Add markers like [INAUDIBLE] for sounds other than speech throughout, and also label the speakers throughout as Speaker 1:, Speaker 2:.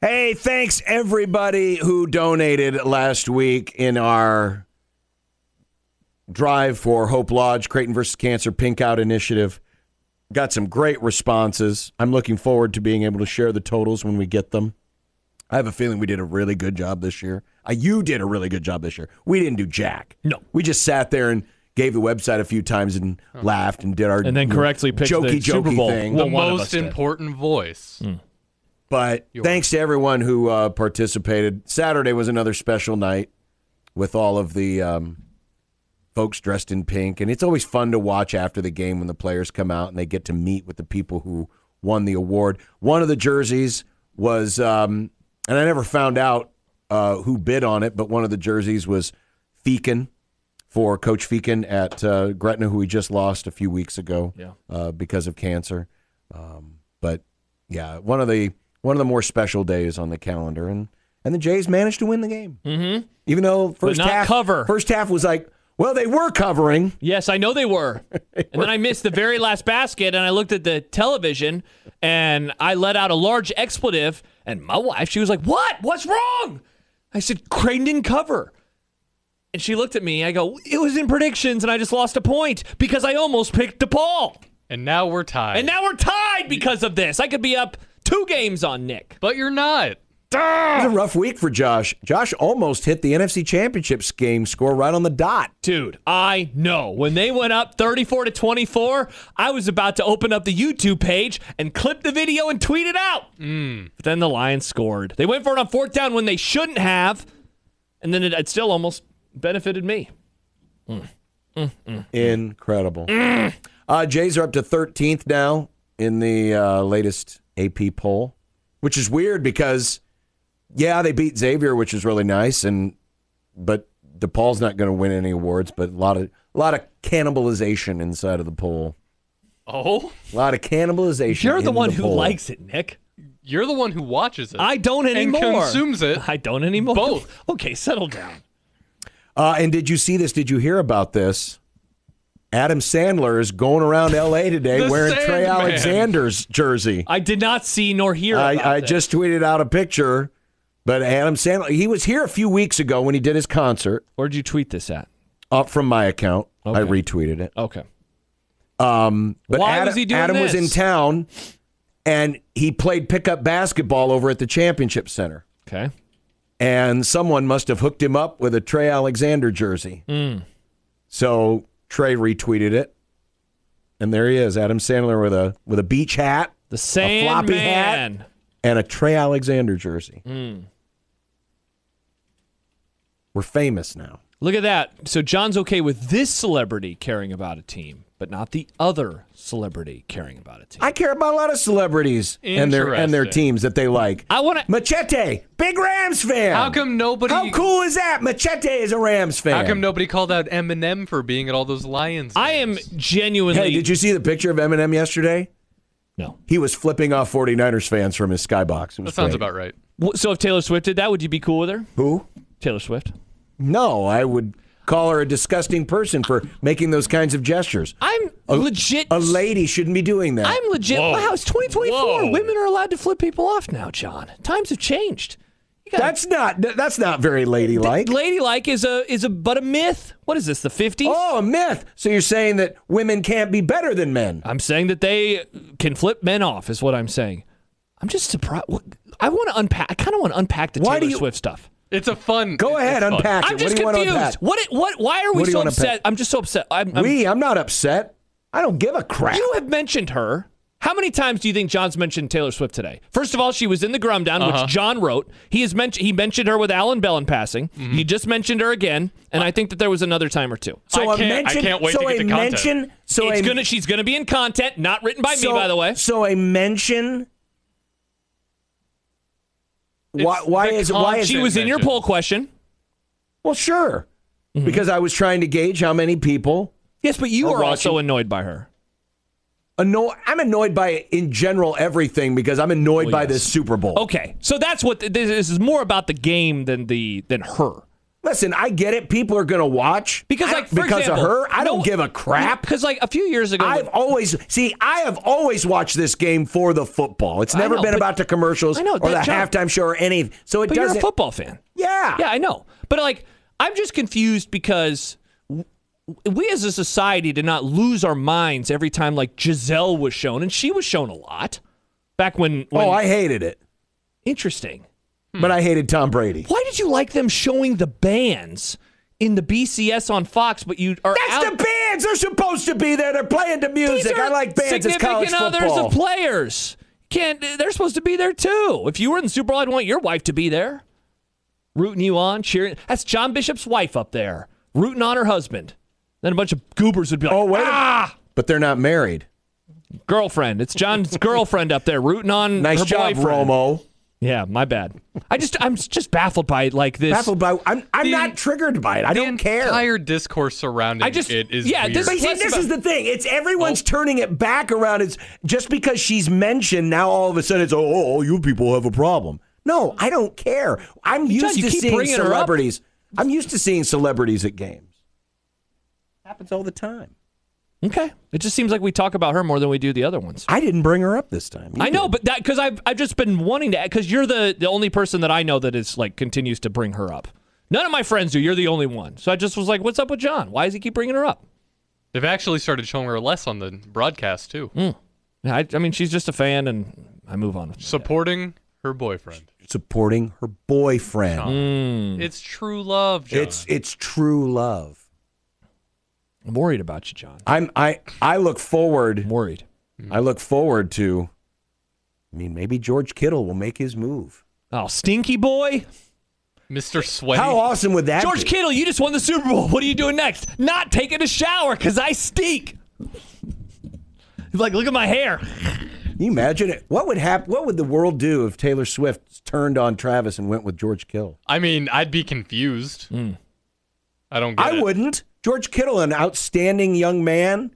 Speaker 1: Hey, thanks everybody who donated last week in our drive for Hope Lodge, Creighton versus Cancer Pink Out initiative. Got some great responses. I'm looking forward to being able to share the totals when we get them. I have a feeling we did a really good job this year. Uh, you did a really good job this year. We didn't do jack.
Speaker 2: No. Oh.
Speaker 1: we just sat there and gave the website a few times and laughed and did our
Speaker 2: And then correctly picked the
Speaker 1: jokey jokey
Speaker 2: Super Bowl.
Speaker 1: thing.
Speaker 2: Well,
Speaker 3: the
Speaker 2: one of us
Speaker 3: most
Speaker 2: did. Hmm.
Speaker 3: important voice.
Speaker 1: But thanks to everyone who uh, participated. Saturday was another special night with all of the um, folks dressed in pink. And it's always fun to watch after the game when the players come out and they get to meet with the people who won the award. One of the jerseys was, um, and I never found out uh, who bid on it, but one of the jerseys was Feakin for Coach Feakin at uh, Gretna, who we just lost a few weeks ago
Speaker 2: Yeah.
Speaker 1: uh, because of cancer. Um, but yeah, one of the one of the more special days on the calendar, and and the Jays managed to win the game, mm-hmm. even though first
Speaker 2: not
Speaker 1: half
Speaker 2: cover.
Speaker 1: First half was like, well, they were covering.
Speaker 2: Yes, I know [LAUGHS] they were. And then I missed the very last basket, and I looked at the television, and I let out a large expletive. And my wife, she was like, "What? What's wrong?" I said, "Crane didn't cover." And she looked at me. I go, "It was in predictions, and I just lost a point because I almost picked DePaul,
Speaker 3: And now we're tied.
Speaker 2: and now we're tied because of this. I could be up two games on Nick."
Speaker 3: but you're not.
Speaker 1: It was a rough week for Josh. Josh almost hit the NFC Championship game score right on the dot.
Speaker 2: Dude, I know. When they went up 34 to 24, I was about to open up the YouTube page and clip the video and tweet it out. But then the Lions scored. They went for it on fourth down when they shouldn't have, and then it, it still almost benefited me.
Speaker 1: Incredible. Uh, Jays are up to 13th now in the uh, latest AP poll, which is weird because, yeah, they beat Xavier, which is really nice, and but DePaul's not going to win any awards. But a lot of a lot of cannibalization inside of the poll.
Speaker 3: Oh,
Speaker 1: A lot of cannibalization.
Speaker 2: You're the
Speaker 1: in
Speaker 2: one
Speaker 1: the
Speaker 2: who
Speaker 1: poll.
Speaker 2: likes it, Nick.
Speaker 3: you're the one who watches it.
Speaker 2: I don't
Speaker 3: and
Speaker 2: anymore.
Speaker 3: consumes it.
Speaker 2: I don't anymore.
Speaker 3: Both.
Speaker 2: [LAUGHS] Okay, settle down.
Speaker 1: Uh, and did you see this? Did you hear about this? Adam Sandler is going around L.A. today
Speaker 3: The
Speaker 1: wearing Trey
Speaker 3: Sandman.
Speaker 1: Alexander's jersey.
Speaker 2: I did not see nor hear. about
Speaker 1: I, I
Speaker 2: this.
Speaker 1: just tweeted out a picture, but Adam Sandler, he was here a few weeks ago when he did his concert
Speaker 2: Where'd you tweet this at?
Speaker 1: up from my account. I
Speaker 2: Okay.
Speaker 1: retweeted it.
Speaker 2: Okay.
Speaker 1: Um, but
Speaker 2: Why
Speaker 1: Adam,
Speaker 2: was he doing
Speaker 1: Adam was in
Speaker 2: this?
Speaker 1: town and he played pickup basketball over at the Championship Center.
Speaker 2: Okay.
Speaker 1: And someone must have hooked him up with a Trey Alexander jersey.
Speaker 2: Hmm.
Speaker 1: So Trey retweeted it. And there he is, Adam Sandler with a with a beach hat
Speaker 2: The
Speaker 1: floppy
Speaker 2: same
Speaker 1: hat.
Speaker 2: man.
Speaker 1: and a Trey Alexander jersey.
Speaker 3: Hmm.
Speaker 1: We're famous now.
Speaker 2: Look at that. So John's okay with this celebrity caring about a team, but not the other celebrity caring about a team.
Speaker 1: I care about a lot of celebrities and their and their
Speaker 3: Interesting.
Speaker 1: teams that they like.
Speaker 2: I want to.
Speaker 1: Machete, big Rams fan.
Speaker 3: How come nobody?
Speaker 1: How cool is that? Machete is a Rams fan.
Speaker 3: How come nobody called out Eminem for being at all those Lions?
Speaker 2: I am
Speaker 3: games?
Speaker 2: genuinely.
Speaker 1: Hey, did you see the picture of Eminem yesterday?
Speaker 2: No.
Speaker 1: He was flipping off 49ers fans from his skybox. It
Speaker 3: That
Speaker 1: was
Speaker 3: sounds
Speaker 1: great.
Speaker 3: about right.
Speaker 2: W- So if Taylor Swift did that, would you be cool with her?
Speaker 1: Who?
Speaker 2: Taylor Swift.
Speaker 1: No, I would call her a disgusting person for making those kinds of gestures.
Speaker 2: I'm legit.
Speaker 1: A lady shouldn't be doing that.
Speaker 2: I'm legit.
Speaker 3: Whoa.
Speaker 2: Wow, it's 2024.
Speaker 3: Whoa.
Speaker 2: Women are allowed to flip people off now, John. Times have changed. You gotta-
Speaker 1: that's not that's not very ladylike.
Speaker 2: Ladylike is a is a but a myth. What is this? The 50s?
Speaker 1: Oh, a myth. So you're saying that women can't be better than men?
Speaker 2: I'm saying that they can flip men off, is what I'm saying. I'm just surprised. what- I want to unpack. I kind of want to unpack the
Speaker 1: Why do
Speaker 2: Taylor
Speaker 1: you-
Speaker 2: Swift stuff.
Speaker 3: It's a fun.
Speaker 1: Go
Speaker 3: it's
Speaker 1: ahead,
Speaker 3: fun.
Speaker 1: unpack it.
Speaker 2: I'm just
Speaker 1: what do you want to
Speaker 2: confused.
Speaker 1: unpack?
Speaker 2: What? it- What? Why are we
Speaker 1: What do you
Speaker 2: so
Speaker 1: wanna
Speaker 2: upset?
Speaker 1: unpack?
Speaker 2: I'm just so upset. I'm, I'm,
Speaker 1: we? I'm not upset. I don't give a crap.
Speaker 2: you have mentioned her. How many times do you think John's mentioned Taylor Swift today? First of all, she was in the Grum Down, which John wrote. He has mentioned. He mentioned her with Alan Bell in passing. You just mentioned her again, and I think that there was another time or two.
Speaker 1: so
Speaker 3: I
Speaker 1: a
Speaker 3: can't- I
Speaker 1: mention.
Speaker 3: can't wait
Speaker 1: so
Speaker 3: to get
Speaker 1: a
Speaker 3: the content.
Speaker 1: mention. So
Speaker 2: it's
Speaker 1: a,
Speaker 2: gonna. She's gonna be in content, not written by
Speaker 1: so,
Speaker 2: me, by the way.
Speaker 1: So a mention Why? Why
Speaker 3: the
Speaker 1: is? Why
Speaker 3: con-
Speaker 1: is?
Speaker 2: She
Speaker 1: it-
Speaker 2: was in your
Speaker 3: mentioned.
Speaker 2: poll question.
Speaker 1: Well, sure. Because I was trying to gauge how many people
Speaker 2: Yes, but you
Speaker 1: Or
Speaker 2: were
Speaker 1: watching-
Speaker 2: also Oh, annoyed by her.
Speaker 1: annoy. I'm annoyed by in general everything because I'm annoyed by
Speaker 2: yes.
Speaker 1: this Super Bowl.
Speaker 2: Okay, so that's what th- this is more about the game than the than her.
Speaker 1: Listen, I get it. People are going to watch
Speaker 2: Because
Speaker 1: I-
Speaker 2: like for
Speaker 1: because
Speaker 2: example,
Speaker 1: of her. I don't give a crap.
Speaker 2: Because like a few years ago,
Speaker 1: I've always see. I have always watched this game for the football. It's
Speaker 2: I
Speaker 1: never
Speaker 2: know,
Speaker 1: been
Speaker 2: but-
Speaker 1: about the commercials
Speaker 2: I know,
Speaker 1: or
Speaker 2: that
Speaker 1: the
Speaker 2: John-
Speaker 1: halftime show or anything. So it
Speaker 2: but you're
Speaker 1: doesn't.
Speaker 2: a football fan.
Speaker 1: yeah.
Speaker 2: Yeah, I know. But like, I'm just confused because w- we as a society did not lose our minds every time like Giselle was shown, and she was shown a lot back when. when Hmm.
Speaker 1: Oh, I hated it,
Speaker 2: interesting.
Speaker 1: but I hated Tom Brady.
Speaker 2: Why did you like them showing the bands in the BCS on Fox, but you are
Speaker 1: That's
Speaker 2: out-
Speaker 1: the bands. They're supposed to be there. They're playing the
Speaker 2: These
Speaker 1: music.
Speaker 2: are
Speaker 1: I like bands. It's college
Speaker 2: significant others
Speaker 1: football.
Speaker 2: of players. Can't they're supposed to be there too? If you were in the Super Bowl, I'd want your wife to be there, rooting you on, cheering. That's John Bishop's wife up there, rooting on her husband. Then a bunch of goobers would be like,
Speaker 1: Oh, wait a-
Speaker 2: ah,
Speaker 1: but they're not married.
Speaker 2: girlfriend.
Speaker 1: [LAUGHS]
Speaker 2: It's John's girlfriend up there rooting on
Speaker 1: Nice
Speaker 2: her
Speaker 1: job,
Speaker 2: boyfriend.
Speaker 1: Romo.
Speaker 2: Yeah, my bad. I just I'm just baffled by like this.
Speaker 1: Baffled by. I'm. I'm
Speaker 3: The-
Speaker 1: not triggered by it. I
Speaker 3: the
Speaker 1: don't care.
Speaker 3: entire discourse surrounding
Speaker 2: I just-
Speaker 3: it is
Speaker 2: yeah,
Speaker 3: weird.
Speaker 2: this-
Speaker 1: But you see,
Speaker 2: Less
Speaker 1: this
Speaker 2: about-
Speaker 1: is the thing. It's everyone's
Speaker 2: Oh.
Speaker 1: turning it back around. It's just because she's mentioned now. All of a sudden, it's oh, oh, you people have a problem. No, I don't care. I'm used
Speaker 2: you
Speaker 1: to
Speaker 2: keep
Speaker 1: seeing
Speaker 2: bringing her up.
Speaker 1: celebrities. I'm used to seeing celebrities at games. Happens all the time.
Speaker 2: Okay, it just seems like we talk about her more than we do the other ones.
Speaker 1: I didn't bring her up this time. You
Speaker 2: I know,
Speaker 1: did.
Speaker 2: but that because I've I've just been wanting to because you're the the only person that I know that is like continues to bring her up. None of my friends do. You're the only one. So I just was like, what's up with John? Why does he keep bringing her up?
Speaker 3: They've actually started showing her less on the broadcast too,
Speaker 2: Hmm. I, I mean, she's just a fan, and I move on. with
Speaker 3: supporting her boyfriend.
Speaker 1: supporting her boyfriend.
Speaker 2: Oh, Hmm.
Speaker 3: It's true love, John.
Speaker 1: It's it's true love.
Speaker 2: I'm worried about you, John.
Speaker 1: I'm I I look
Speaker 2: I'm
Speaker 1: forward.
Speaker 2: worried.
Speaker 1: I look forward to. I mean, maybe George Kittle will make his move.
Speaker 2: Oh, stinky boy,
Speaker 3: Mr. Sweaty.
Speaker 1: How awesome would that
Speaker 2: George
Speaker 1: be?
Speaker 2: Kittle, you just won the Super Bowl. What are you doing next? Not taking a shower because I stink. He's like, look at my hair.
Speaker 1: Can you imagine it? What would happen? What would the world do if Taylor Swift turned on Travis and went with George Kittle?
Speaker 3: I mean, I'd be confused.
Speaker 2: Hmm.
Speaker 3: I don't get
Speaker 1: I
Speaker 3: it.
Speaker 1: wouldn't. George Kittle, an outstanding young man,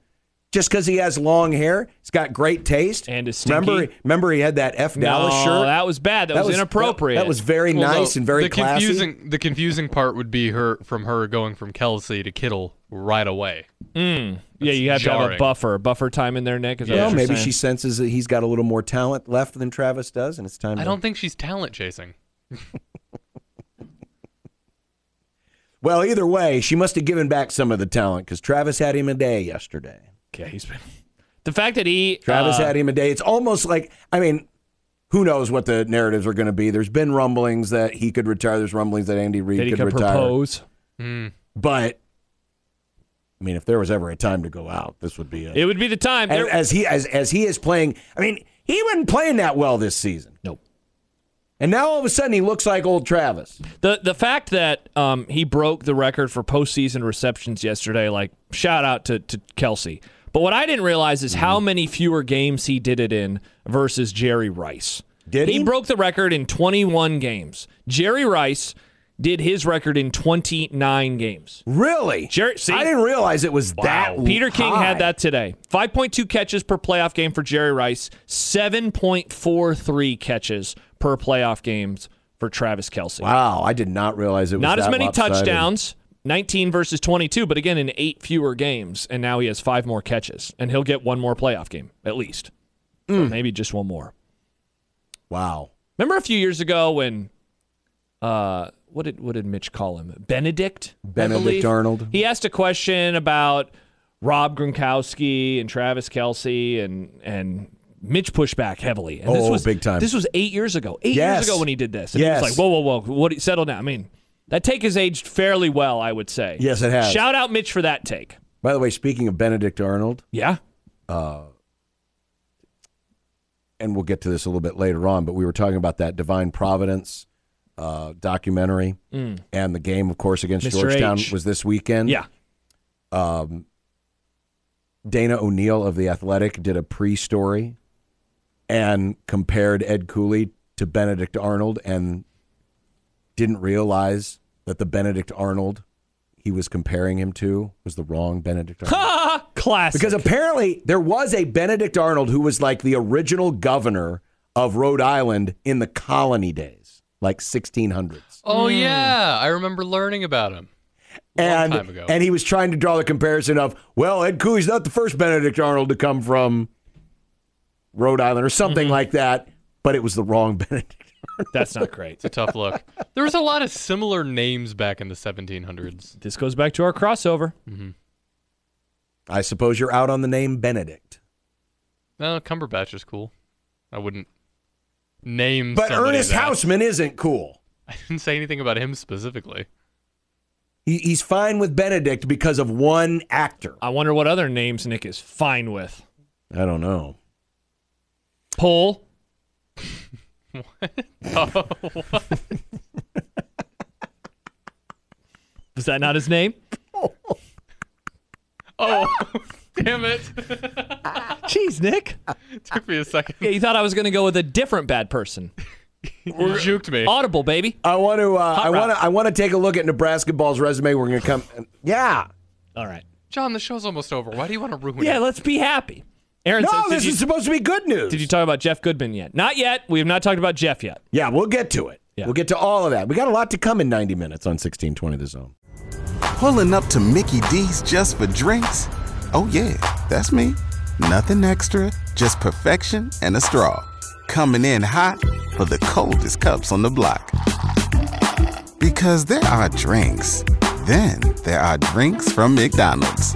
Speaker 1: just because he has long hair, he's got great taste.
Speaker 2: And is
Speaker 1: remember,
Speaker 2: stinky.
Speaker 1: remember, he had that F Dallas
Speaker 2: no,
Speaker 1: shirt.
Speaker 2: that was bad. That, was, inappropriate.
Speaker 1: That, was very
Speaker 3: Well, no,
Speaker 1: nice and very
Speaker 3: the
Speaker 1: classy.
Speaker 3: confusing the confusing part would be her from her going from Kelsey to Kittle right away.
Speaker 2: yeah. You have to have a
Speaker 3: jarring.
Speaker 2: buffer, buffer time in there, Nick. Is that
Speaker 1: Well,
Speaker 2: what you're
Speaker 1: maybe
Speaker 2: saying?
Speaker 1: she senses that he's got a little more talent left than Travis does, and it's time.
Speaker 3: I
Speaker 1: to-
Speaker 3: don't think she's talent chasing.
Speaker 1: Well, either way, she must have given back some of the talent because Travis had him a day yesterday.
Speaker 2: Okay, he's been. The fact that he
Speaker 1: Travis
Speaker 2: uh,
Speaker 1: had him a day. It's almost like I mean, who knows what the narratives are going to be? There's been rumblings that he could retire. There's rumblings that Andy Reid
Speaker 2: that he
Speaker 1: could
Speaker 2: could
Speaker 1: retire.
Speaker 2: propose.
Speaker 1: But I mean, if there was ever a time to go out, this would be it.
Speaker 2: It would be the time.
Speaker 1: As,
Speaker 2: There-
Speaker 1: as he as as he is playing, I mean, he wasn't playing that well this season,
Speaker 2: no,
Speaker 1: and now all of a sudden he looks like old Travis.
Speaker 2: the the fact that um, he broke the record for postseason receptions yesterday, like shout out to to Kelsey. But what I didn't realize is
Speaker 1: Mm-hmm.
Speaker 2: how many fewer games he did it in versus Jerry Rice.
Speaker 1: Did he?
Speaker 2: broke the record in 21 games. Jerry Rice did his record in 29 games.
Speaker 1: Really?
Speaker 2: Jer- see?
Speaker 1: I didn't realize it was that.
Speaker 2: Peter King had
Speaker 1: high.
Speaker 2: that today. 5.2 catches per playoff game for Jerry Rice, 7.43 catches per playoff games for Travis Kelsey.
Speaker 1: Wow, I did not realize it was
Speaker 2: Not as
Speaker 1: that
Speaker 2: many
Speaker 1: lopsided.
Speaker 2: touchdowns, 19 versus 22, but again, in eight fewer games. And now he has five more catches, and he'll get one more playoff game, at least. Or
Speaker 1: Hmm.
Speaker 2: maybe just one more.
Speaker 1: Wow.
Speaker 2: Remember a few years ago when, uh, what did what did Mitch call him? Benedict. I
Speaker 1: Benedict
Speaker 2: believe?
Speaker 1: Arnold.
Speaker 2: He asked a question about Rob Gronkowski and Travis Kelsey, and and Mitch pushed back heavily. And this
Speaker 1: Oh,
Speaker 2: was
Speaker 1: big time.
Speaker 2: This was eight years ago. Eight
Speaker 1: Yes.
Speaker 2: years ago when he did this. And he was
Speaker 1: Yes.
Speaker 2: like, whoa, whoa, whoa. What? Settle down. I mean, that take has aged fairly well, I would say.
Speaker 1: Yes, it has.
Speaker 2: Shout out Mitch for that take.
Speaker 1: By the way, speaking of Benedict Arnold,
Speaker 2: Yeah.
Speaker 1: and we'll get to this a little bit later on, but we were talking about that Divine Providence uh, documentary, and the game, of course, against
Speaker 2: Mr.
Speaker 1: Georgetown
Speaker 2: Mm. H.
Speaker 1: was this weekend.
Speaker 2: Yeah.
Speaker 1: Dana O'Neill of The Athletic did a pre story and compared Ed Cooley to Benedict Arnold and didn't realize that the Benedict Arnold he was comparing him to was the wrong Benedict Arnold.
Speaker 2: Ah, Classic.
Speaker 1: Because apparently there was a Benedict Arnold who was like the original governor of Rhode Island in the colony days, like 1600s.
Speaker 3: Oh yeah, I remember learning about him.
Speaker 1: and
Speaker 3: time ago.
Speaker 1: and he was trying to draw the comparison of, well, Ed Cooley's not the first Benedict Arnold to come from Rhode Island or something
Speaker 3: Mm-hmm.
Speaker 1: like that, but it was the wrong [LAUGHS] Benedict.
Speaker 2: That's not great.
Speaker 3: It's a tough [LAUGHS] look. there was a lot of similar names back in the 1700s.
Speaker 2: This goes back to our crossover.
Speaker 1: I suppose you're out on the name Benedict.
Speaker 3: No, Cumberbatch is cool. I wouldn't name.
Speaker 1: But
Speaker 3: somebody
Speaker 1: Ernest
Speaker 3: that.
Speaker 1: Houseman isn't cool.
Speaker 3: I didn't say anything about
Speaker 1: [LAUGHS]
Speaker 3: him specifically.
Speaker 1: He, he's fine with Benedict because of one actor.
Speaker 2: I wonder what other names Nick is fine with.
Speaker 1: I don't know.
Speaker 2: [LAUGHS] Pole. Was that not his name?
Speaker 3: Oh, damn it!
Speaker 2: Jeez, Nick.
Speaker 3: [LAUGHS] Took me a second.
Speaker 2: Yeah, you thought I was going to go with a different bad person.
Speaker 3: You juked me.
Speaker 2: Audible, baby.
Speaker 1: I want to. Uh, I
Speaker 2: route.
Speaker 1: want to. I want to take a look at Nebraska ball's resume. We're going to come. Yeah.
Speaker 2: All right.
Speaker 3: John, the show's almost over. Why do you want to ruin
Speaker 2: Yeah,
Speaker 3: it?
Speaker 2: let's be happy. Aaron
Speaker 1: No,
Speaker 2: says, did
Speaker 1: this
Speaker 2: you,
Speaker 1: is supposed to be good news.
Speaker 2: did you talk about Jeff Goodman yet? Not yet. We have not talked about Jeff yet.
Speaker 1: yeah, we'll get to it.
Speaker 2: Yeah.
Speaker 1: We'll get to all of that. We got a lot to come in 90 minutes on 1620 The Zone.
Speaker 4: Pulling up to Mickey D's just for drinks? Oh, yeah, that's me. Nothing extra, just perfection and a straw. Coming in hot for the coldest cups on the block. Because there are drinks, then there are drinks from McDonald's.